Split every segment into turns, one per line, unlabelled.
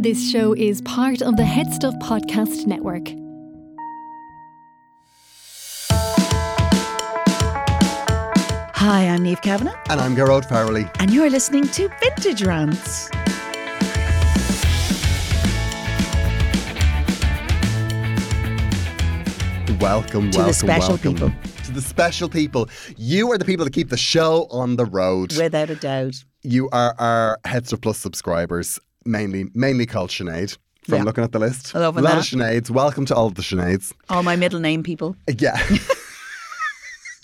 This show is part of the Head Stuff Podcast Network.
Hi, I'm Neve Kavanagh,
And I'm Gerard Farrelly.
and you're listening to Vintage Rants.
Welcome,
To the
welcome,
special
welcome.
people.
To the special people. You are the people that keep the show on the road.
Without a doubt.
you are our Heads of Plus subscribers, mainly mainly called Sinead. From
Yeah.
looking at the list.
I love
a lot
that.
of Sineads. Welcome to all of the Sineads.
All my middle name people.
Yeah.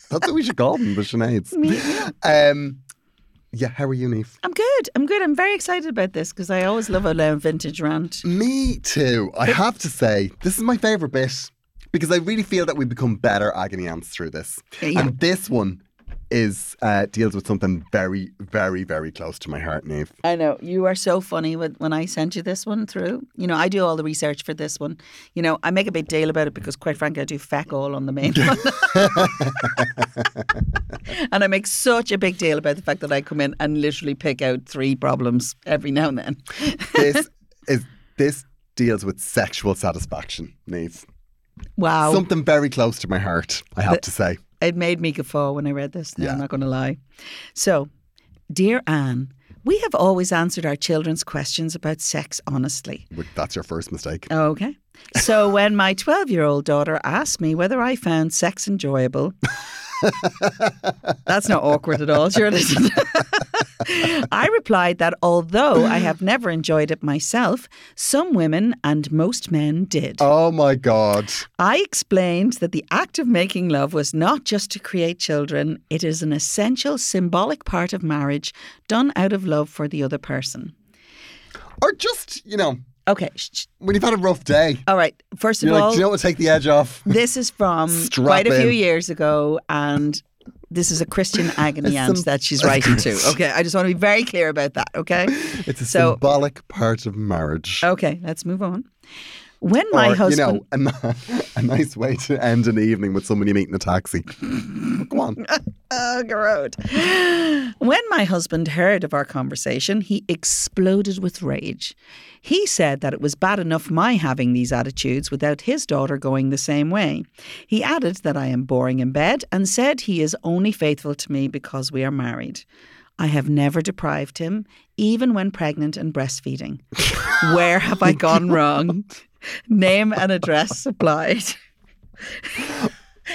That's what we should call them, the Sineads. Um, yeah, how are you, Neve?
I'm good. I'm good. I'm very excited about this because I always love a loud vintage rant.
Me too. I have to say, this is my favourite bit because I really feel that we become better agony ants through this.
Yeah.
And this one is uh, deals with something very, very, very close to my heart, Nave.
I know you are so funny when, when I sent you this one through. You know, I do all the research for this one. You know, I make a big deal about it because, quite frankly, I do feck all on the main one, and I make such a big deal about the fact that I come in and literally pick out three problems every now and then.
This is this deals with sexual satisfaction, Nave.
Wow,
Something very close to my heart, I have to say.
It made me guffaw when I read this. No, I'm
Yeah.
not going to lie. So, dear Anne, we have always answered our children's questions about sex honestly.
But That's your first mistake.
Okay. So, when my 12 year old daughter asked me whether I found sex enjoyable, that's not awkward at all, surely. I replied that although I have never enjoyed it myself, some women and most men did.
Oh my god.
I explained that the act of making love was not just to create children, it is an essential symbolic part of marriage done out of love for the other person.
Or just, you know,
Okay. Sh- sh-
when you've had a rough day,
all right. First of
you're like,
all,
do you know what take the edge off?
this is from
Strap
quite a few
in.
years ago and this is a Christian agony aunt that she's writing to. Okay. I just want to be very clear about that. Okay.
It's a
So-
symbolic part of marriage.
Okay. Let's move on. When my
or,
husband.
you know, a, a nice way to end an evening with someone you meet in a taxi. Come on.
Ugh, road. When my husband heard of our conversation, he exploded with rage. He said that it was bad enough my having these attitudes without his daughter going the same way. He added that I am boring in bed and said he is only faithful to me because we are married. I have never deprived him, even when pregnant and breastfeeding. Where have I gone wrong? Name and address supplied. Now,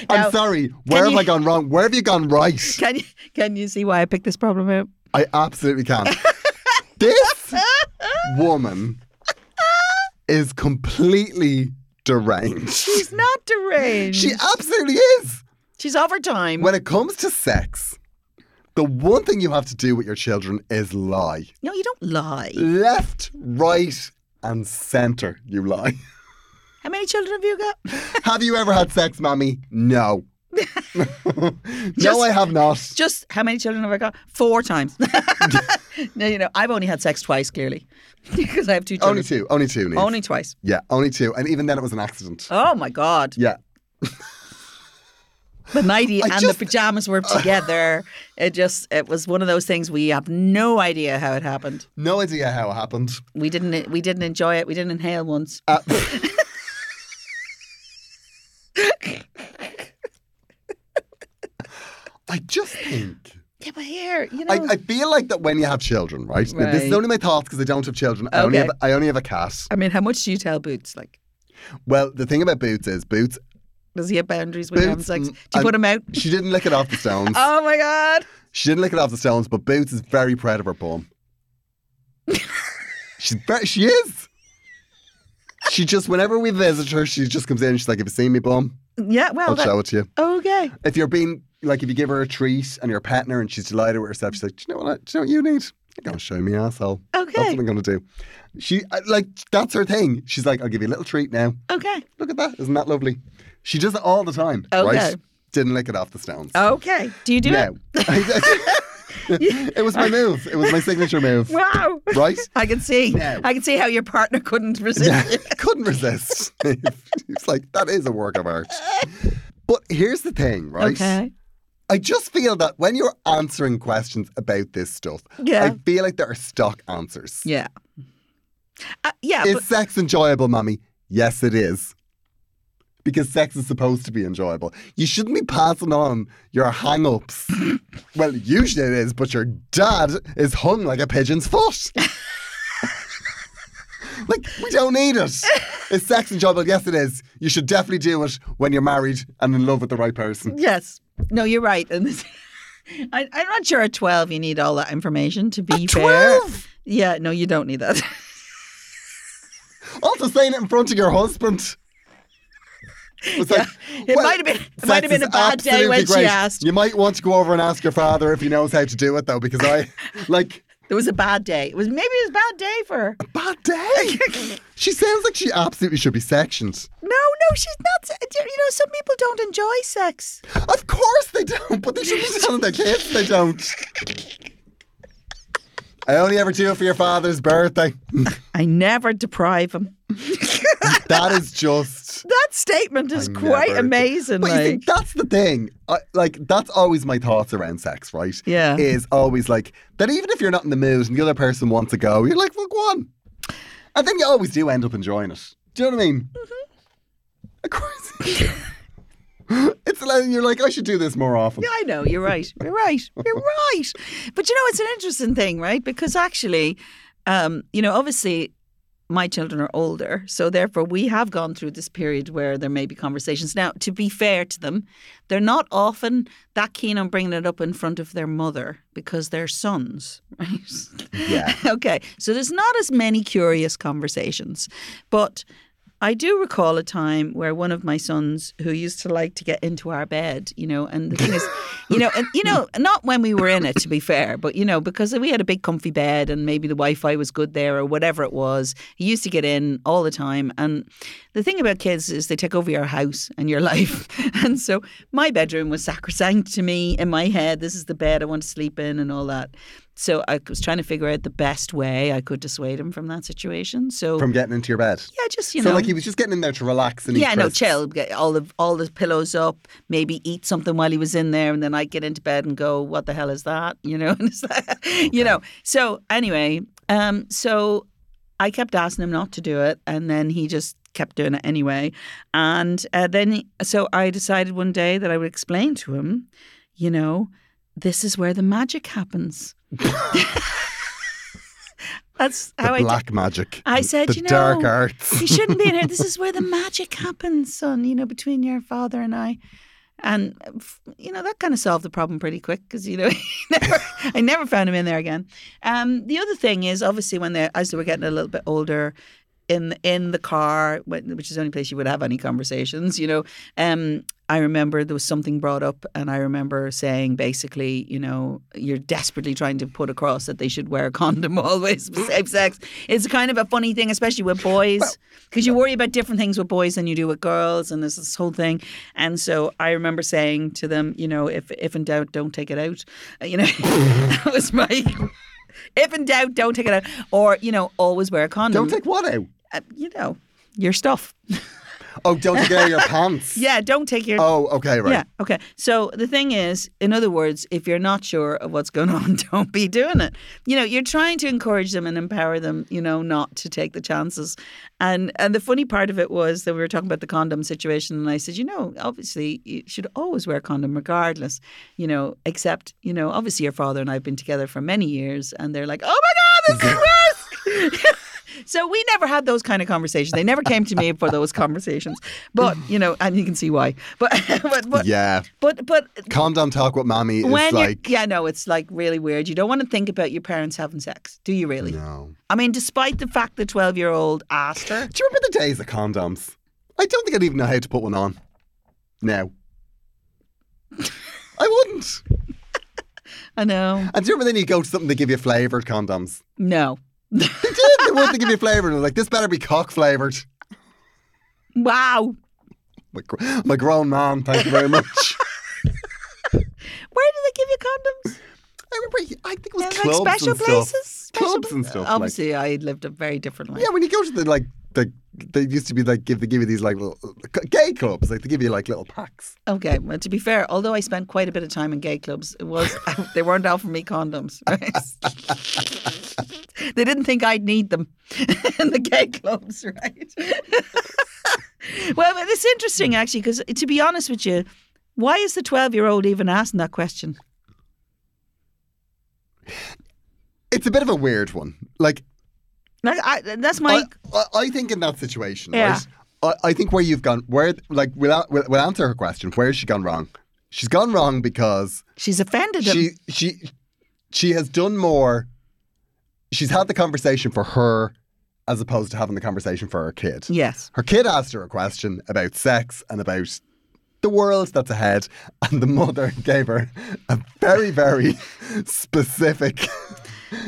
I'm sorry. Where have
you-
I gone wrong? Where have you gone right?
Can you can you see why I picked this problem out?
I absolutely can. this woman is completely deranged.
She's not deranged.
She absolutely is.
She's over time.
When it comes to sex, the one thing you have to do with your children is lie.
no, you don't lie.
Left, right, and center, you lie.
How many children have you got?
have you ever had sex, mommy? No.
Just-
no, I have not.
Just how many children have I got? Four times. no, you know, I've only had sex twice, clearly, because I have two children.
Only two. Only two. Niamh.
Only twice.
Yeah, only two. And even then, it was an accident.
Oh my God.
Yeah.
The nightie
I
and
just-
the pajamas were together. it just, it was one of those things we have no idea how it happened.
No idea how it happened.
We didn't, we didn't enjoy it. We didn't inhale once.
Uh, I just think.
yeah, but here, you know.
I, I feel like that when you have children, right? Now, this is
Right.
only my thoughts because I don't have children. I, only
Okay.
have, I only have a cat.
I mean, how much do you tell Boots? Like,
Well, the thing about Boots is, Boots,
does he have boundaries when he has
Boots,
sex?
mm,
Do you put him out?
she didn't lick it off the stones.
Oh my God.
She didn't lick it off the stones, but Boots is very proud of her bum. she's very, she is. She just, whenever we visit her, she just comes in and she's like, Have you seen me bum?
Yeah, well,
I'll
Oh, that,
show it to you.
okay.
If you're being, like, if you give her a treat and you're petting her and she's delighted with herself, she's like, Do you know what, I, do you, know what you need? You're going to show me, asshole. That's
Okay.
what I'm going to do. She, I- like, that's her thing. She's like, I'll give you a little treat now.
Okay.
Look at that. Isn't that lovely? She does it all the time.
Okay.
Right? Didn't lick it off the stones.
Okay. Do you do
No. it was my move. It was my signature move.
it? Wow.
Right?
I can see.
No.
I can see how your partner couldn't resist
Yeah.
it.
Couldn't resist. it's like, that is a work of art. But here's the thing, right?
Okay.
I just feel that when you're answering questions about this stuff,
Yeah.
I feel like there are stock answers.
Yeah. Uh, yeah,
Is
but
sex enjoyable, mommy? Yes, it is. Because sex is supposed to be enjoyable. You shouldn't be passing on your hang ups. well, usually it is, but your dad is hung like a pigeon's foot. like, we don't need it. Is sex enjoyable? Yes, it is. You should definitely do it when you're married and in love with the right person.
yes, no, you're right. And this, I, I'm not sure at twelve you need all that information. To be fair,
12?
yeah, no, you don't need that.
Also, saying it in front of your husband. It's like,
It
well,
might have been it
sex
might have been
is
a bad day
absolutely
when she
great.
asked.
You might want to go over and ask your father if he knows how to do it, though, because I, like,
It was a bad day. It was maybe it was a bad day for her.
bad day. she sounds like she absolutely should be sectioned.
No, no, she's not. You know, some people don't enjoy sex.
Of course they don't, but they should be telling their kids they don't. I only ever do it for your father's birthday.
I never deprive them.
that is just.
That statement is
I
quite
never do-
amazing.
But you
Like,
think that's the thing. I, like that's always my thoughts around sex, right?
Yeah.
Is always like that. Even if you're not in the mood and the other person wants to go, you're like, well, go on. And then you always do end up enjoying it. Do you know what I mean?
Mm-hmm.
Of course. it's like you're like, I should do this more often.
Yeah, I know. You're right. You're right. You're right. But you know, it's an interesting thing, right? Because actually, um, you know, obviously, my children are older, so therefore we have gone through this period where there may be conversations. Now, to be fair to them, they're not often that keen on bringing it up in front of their mother because they're sons, right?
Yeah.
okay, so there's not as many curious conversations, but I do recall a time where one of my sons, who used to like to get into our bed, you know, and the thing is, you know, and you know, not when we were in it, to be fair, but you know, because we had a big comfy bed and maybe the Wi-Fi was good there or whatever it was, he used to get in all the time. And the thing about kids is they take over your house and your life, and so my bedroom was sacrosanct to me in my head. This is the bed I want to sleep in and all that. So I was trying to figure out the best way I could dissuade him from that situation. So
From getting into your bed.
yeah, just you
so
know,
like he was just getting in there to relax and eat
yeah, no,
crisps.
chill. Get all the all the pillows up. Maybe eat something while he was in there, and then I'd get into bed and go, "What the hell is that?" You know, and it's like- you know. So anyway, um, so I kept asking him not to do it, and then he just kept doing it anyway. And uh, then, he- so I decided one day that I would explain to him, you know, this is where the magic happens. That's
The
how I did-
black magic.
I said,
the
you know,
dark arts.
you shouldn't be in here. This is where the magic happens, son, you know, between your father and I. And, uh, f- you know, that kind of solved the problem pretty quick because, you know, he never, I never found him in there again. Um, the other thing is, obviously, when they as they were getting a little bit older, in in the car, when- which is the only place you would have any conversations, you know. Um, I remember there was something brought up, and I remember saying basically, you know, you're desperately trying to put across that they should wear a condom always for safe sex. It's kind of a funny thing, especially with boys, because you worry about different things with boys than you do with girls, and there's this whole thing. And so I remember saying to them, you know, if if in doubt, don't take it out. Uh, You know, that was my. If in doubt, don't take it out, or you know, always wear a condom
Don't take what out?
uh, you know, your stuff.
Oh, don't take it out of your pants.
Yeah, don't take your.
Oh, okay, right.
Yeah, okay. So the thing is, in other words, if you're not sure of what's going on, don't be doing it. You know, you're trying to encourage them and empower them, you know, not to take the chances. And and the funny part of it was that we were talking about the condom situation and I said, you know, obviously you should always wear a condom regardless, you know, except, you know, obviously your father and I have been together for many years and they're like, "Oh my god, this is worse." So we never had those kind of conversations. They never came to me for those conversations. But you know, and you can see why. But but but,
Yeah.
but but
Calm down, talk with mommy is
when you're
like
yeah, no, it's like really weird. You don't want to think about your parents having sex, do you? Really?
no.
I mean, despite the fact the twelve-year-old asked her.
Do you remember the days of condoms? I don't think I'd even know how to put one on. Now. I wouldn't.
I know.
And do you remember then you go to something they give you flavoured condoms?
No.
They did. They would. They give you flavoured. Like this better be cock flavoured.
Wow.
My, gr- my grown man. Thank you very much.
Where do they give you condoms?
I remember. I think it was
They're
clubs
like special
and
places.
Stuff.
Special
Clubs and stuff, like-
Obviously, I lived a very different life.
Yeah, when you go to the like like they used to be like give they give you these like little uh, gay clubs like they give you like little packs.
Okay, well, to be fair, although I spent quite a bit of time in gay clubs, it was they weren't offering me condoms. right? they didn't think I'd need them in the gay clubs, right? well, but it's interesting actually because to be honest with you, why is the twelve-year-old even asking that question?
It's a bit of a weird one. Like
Like, I, that's my
I, I, I think in that situation,
Yeah.
right? I, I think where you've gone, where like we'll, a- we'll, we'll answer her question. Where has she gone wrong? She's gone wrong because
she's offended him.
she she she has done more. She's had the conversation for her, as opposed to having the conversation for her kid.
yes.
Her kid asked her a question about sex and about the world that's ahead, and the mother gave her a very, very specific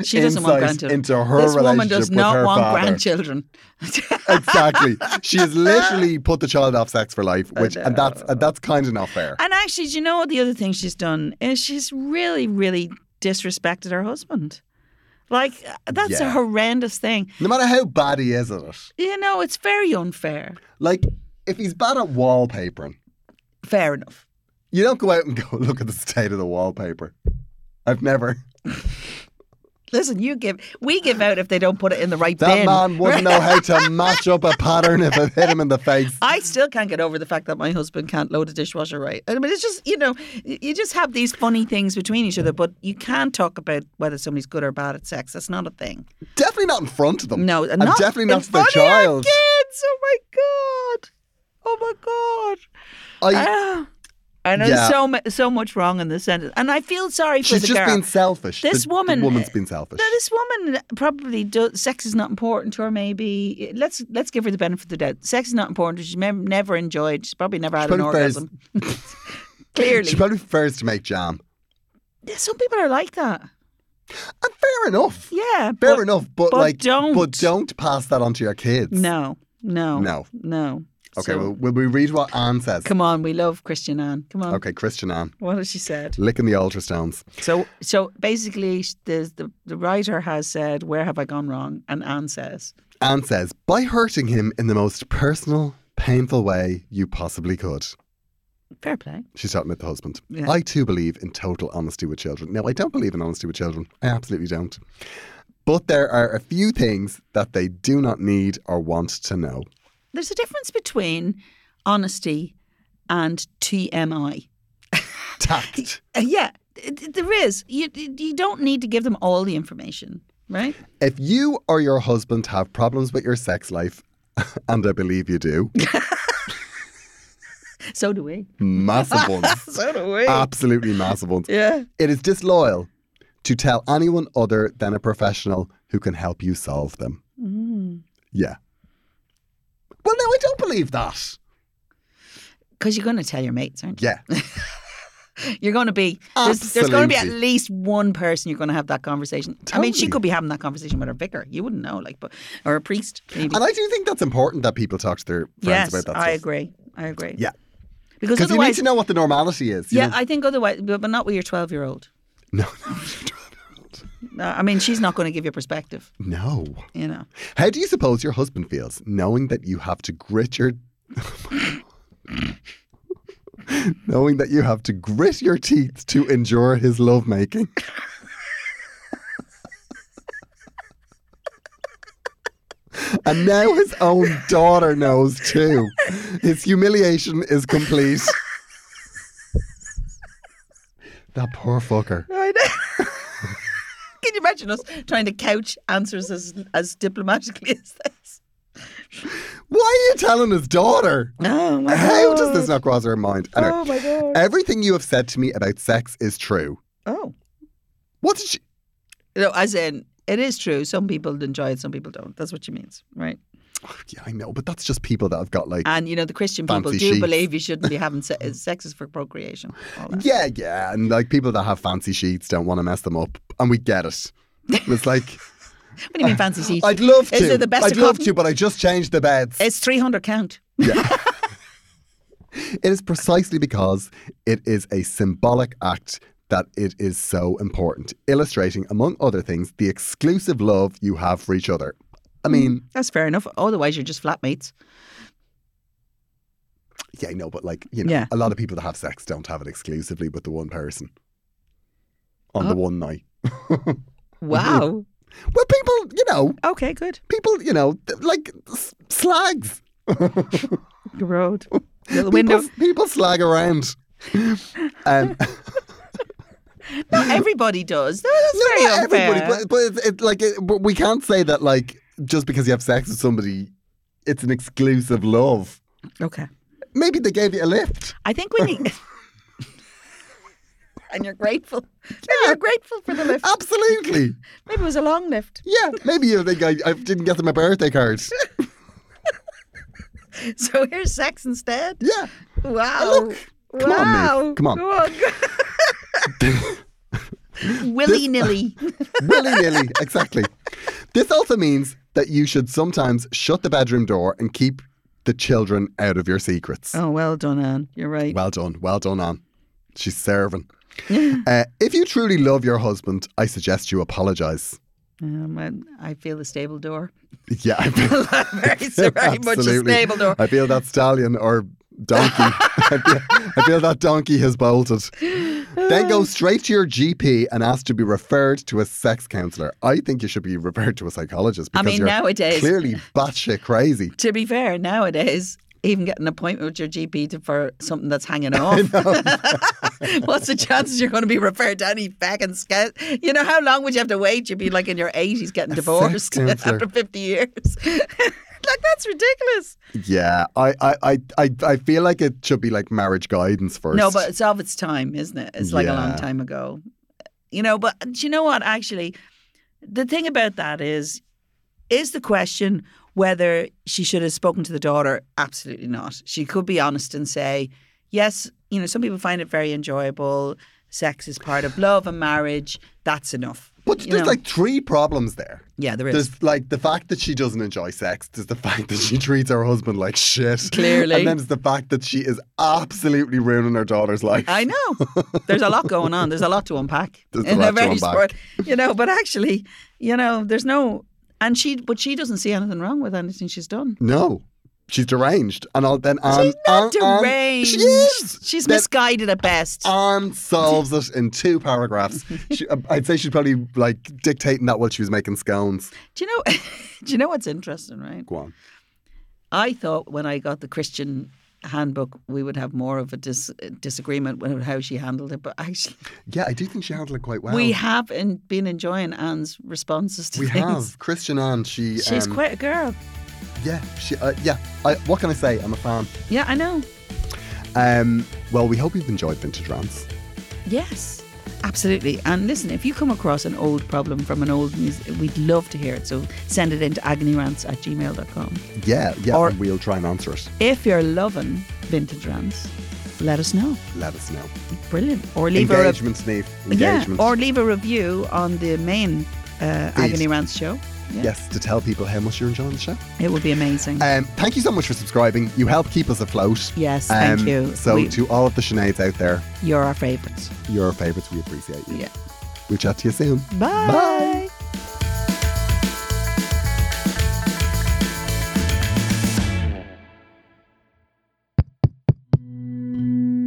She doesn't want
insight
grandchildren.
into her
this woman
relationship
does
with
not
her
want
father.
grandchildren.
exactly. She has literally put the child off sex for life, which and that's and that's kind of not fair.
and actually, do you know what the other thing she's done is she's really, really disrespected her husband. Like uh, that's a
Yeah.
horrendous thing.
No matter how bad he is at it,
You know, it's very unfair.
like if he's bad at wallpapering,
Fair enough.
you don't go out and go look at the state of the wallpaper. I've never.
Listen, you give we give out if they don't put it in the right
That
bin.
man wouldn't know how to match up a pattern if it hit him in the face.
I still can't get over the fact that my husband can't load a dishwasher right. I mean, it's just you know, y- you just have these funny things between each other, but you can't talk about whether somebody's good or bad at sex. That's not a thing.
Definitely not in front of them.
No,
and
not
definitely
in
not to the
front of your
child.
Kids, oh my god, oh my god.
I,
Ah. I know
Yeah.
there's so mu- so much wrong in this sentence, and I feel sorry for
she's
the
just
girl.
been selfish.
This
The-
woman-
the woman's been selfish.
Now, this woman probably does, sex is not important to her. Maybe let's let's give her the benefit of the doubt. Sex is not important. She's nev- never enjoyed. She's probably never had an
probably prefers-
orgasm. Clearly,
She probably prefers to make jam.
Yeah, some people are like that.
And fair enough.
Yeah,
Fair
but
enough, but,
but
like,
don't.
but don't pass that on to your kids.
No, no,
No.
no.
Okay,
So,
well, will we read what Anne says?
come on, we love Christian Anne. Come on,
Okay, Christian Anne,
what has she said?
licking the altar stones.
So, so basically, sh- the, the the writer has said, "Where have I gone wrong?" And Anne says,
Anne says, by hurting him in the most personal, painful way you possibly could.
"Fair play."
She's talking about the husband.
Yeah.
I too believe in total honesty with children. Now, I don't believe in honesty with children. I absolutely don't. But there are a few things that they do not need or want to know.
There's a difference between honesty and TMI.
Tact.
Uh, yeah, th- th- there is. You you don't need to give them all the information, right?
If you or your husband have problems with your sex life, and I believe you do,
So do we.
massive ones,
So do we.
absolutely massive ones,
yeah.
it is disloyal to tell anyone other than a professional who can help you solve them. Yeah. Well, no, I don't believe that.
Because you're going to tell your mates, aren't you?
Yeah.
You're going to be there's, there's going to be at
Absolutely.
least one person you're going to have that conversation. I mean, she
Totally.
could be having that conversation with her vicar. You wouldn't know, like, but or a priest. Maybe.
And I do think that's important that people talk to their friends
yes,
about that
I
stuff.
agree. I agree.
Yeah.
because
Because you need
otherwise,
to know what the normality is. you
yeah,
know?
I think otherwise, but, but not with your twelve year old.
No,
No, I mean, she's not going to give you perspective.
no.
You know,
How do you suppose your husband feels knowing that you have to grit your. knowing that you have to grit your teeth to endure his lovemaking? and now his own daughter knows too. His humiliation is complete. that poor fucker.
I know. Can you imagine us trying to couch answers as as diplomatically as this?
Why are you telling his daughter?
Oh my
How does this not cross her mind? Anyway, Uh,
Oh my god!
Everything you have said to me about sex is true.
Oh,
What did she?
no, as in. It is true. Some people enjoy it, some people don't. That's what she means, right?
Yeah, I know, but that's just people that have got like.
And you know, the Christian people
Fancy
do
sheets.
believe you shouldn't be having se- sex is for procreation. all that.
yeah, yeah, and like people that have fancy sheets don't want to mess them up, and we get it. It's like
What do you mean fancy sheets?
I'd love to.
Is it the best
I'd
of
love
cotton?
to, but I just changed the beds.
It's three hundred count.
It is precisely because it is a symbolic act that it is so important, illustrating, among other things, the exclusive love you have for each other. I
Hmm.
mean,
That's fair enough. Otherwise, you're just flatmates.
yeah, I know, but like, you know,
Yeah.
a lot of people that have sex don't have it exclusively with the one person on the
Oh.
one night.
Wow.
Well, people, you know,
Mm-hmm. okay, good.
people, you know, th- like s- slags.
Your road. Little window.
People, people slag around. Um,
Not everybody does. No, that's very
not
unfair.
but, but it's it, like it, but we can't say that like just because you have sex with somebody, it's an exclusive love.
Okay.
Maybe they gave you a lift.
I think we need. and you're grateful. Maybe you're grateful for the lift.
Absolutely.
Maybe it was a long lift.
Yeah. Maybe you think I, I didn't get them a birthday card.
So here's sex instead.
Yeah.
Wow.
come on, Maeve. Come on.
Willy nilly.
Willy nilly. Exactly. This also means that you should sometimes shut the bedroom door and keep the children out of your secrets.
Oh, well done, Anne. You're right.
Well done. Well done, Anne. She's serving. uh, if you truly love your husband, I suggest you apologise.
Um, I, I feel a stable door.
Yeah, I feel,
very, very much a
absolutely.
stable door.
I feel that stallion or donkey. I, feel, I feel that donkey has bolted. Then go straight to your GP and ask to be referred to a sex counsellor. I think you should be referred to a psychologist
I
because
mean,
you're
nowadays-
clearly batshit crazy.
To be fair, nowadays, even getting an appointment with your GP to, for something that's hanging off. What's the chances you're going to be referred to any fucking scout? You know, how long would you have to wait? You'd be like in your 80s getting divorced
counselor.
after 50 years. like, that's ridiculous.
Yeah, I, I, I, I, I feel like it should be like marriage guidance first.
No, but it's of its time, isn't it? It's like a
Yeah.
long time ago. You know, but do you know what? Actually, the thing about that is, is the question whether she should have spoken to the daughter? Absolutely not. She could be honest and say, yes, you know, some people find it very enjoyable. Sex is part of love and marriage. That's enough.
but
You
there's
know?
like three problems there.
yeah, there is.
There's like the fact that she doesn't enjoy sex. There's the fact that she treats her husband like shit.
Clearly.
And then there's the fact that she is absolutely ruining her daughter's life.
I know. There's a lot going on. There's a lot to unpack.
There's a
in
lot to
very
unpack.
short- you know, but actually, you know, there's no and she but she doesn't see anything wrong with anything she's done.
no. She's deranged. And I'll, then Anne,
She's not
Anne- Anne-
deranged.
she is.
She's
Then
misguided at best.
Anne solves it in two paragraphs. She, uh, I'd say she's probably like dictating that while she was making scones.
do you know do you know what's interesting, right?
Go on.
I thought when I got the Christian handbook we would have more of a dis- disagreement with how she handled it, but actually
Yeah, I do think she handled it quite well.
we have in, been enjoying Anne's responses to
We
things.
have. Christian Anne, she.
She's
um,
quite a girl.
Yeah, she, uh, yeah. I, what can I say? I'm a fan.
Yeah, I know.
Um, well, we hope you've enjoyed Vintage Rants.
Yes, absolutely. And listen, if you come across an old problem from an old music, we'd love to hear it. So send it in to agonyrants at gmail.com.
Yeah, yeah,
Or-
and we'll try and answer it.
If you're loving vintage rants, let us know.
Let us know.
Brilliant. Or leave
Engagement, Steve.
a re- yeah,
Engagement.
or leave a review on the main uh,
Feed.
Agony Rants show. Yeah,
yes, to tell people how much you're enjoying the show.
It would be amazing.
Um, thank you so much for subscribing. You help keep us afloat.
Yes, thank
Um,
you.
So,
We-
to all of the Sineads out there,
you're our favourites.
you're our favourites. We appreciate you.
Yeah.
We'll chat to you soon.
Bye.
Bye.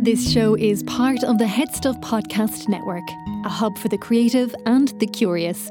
This show is part of the Head Stuff Podcast Network, a hub for the creative and the curious.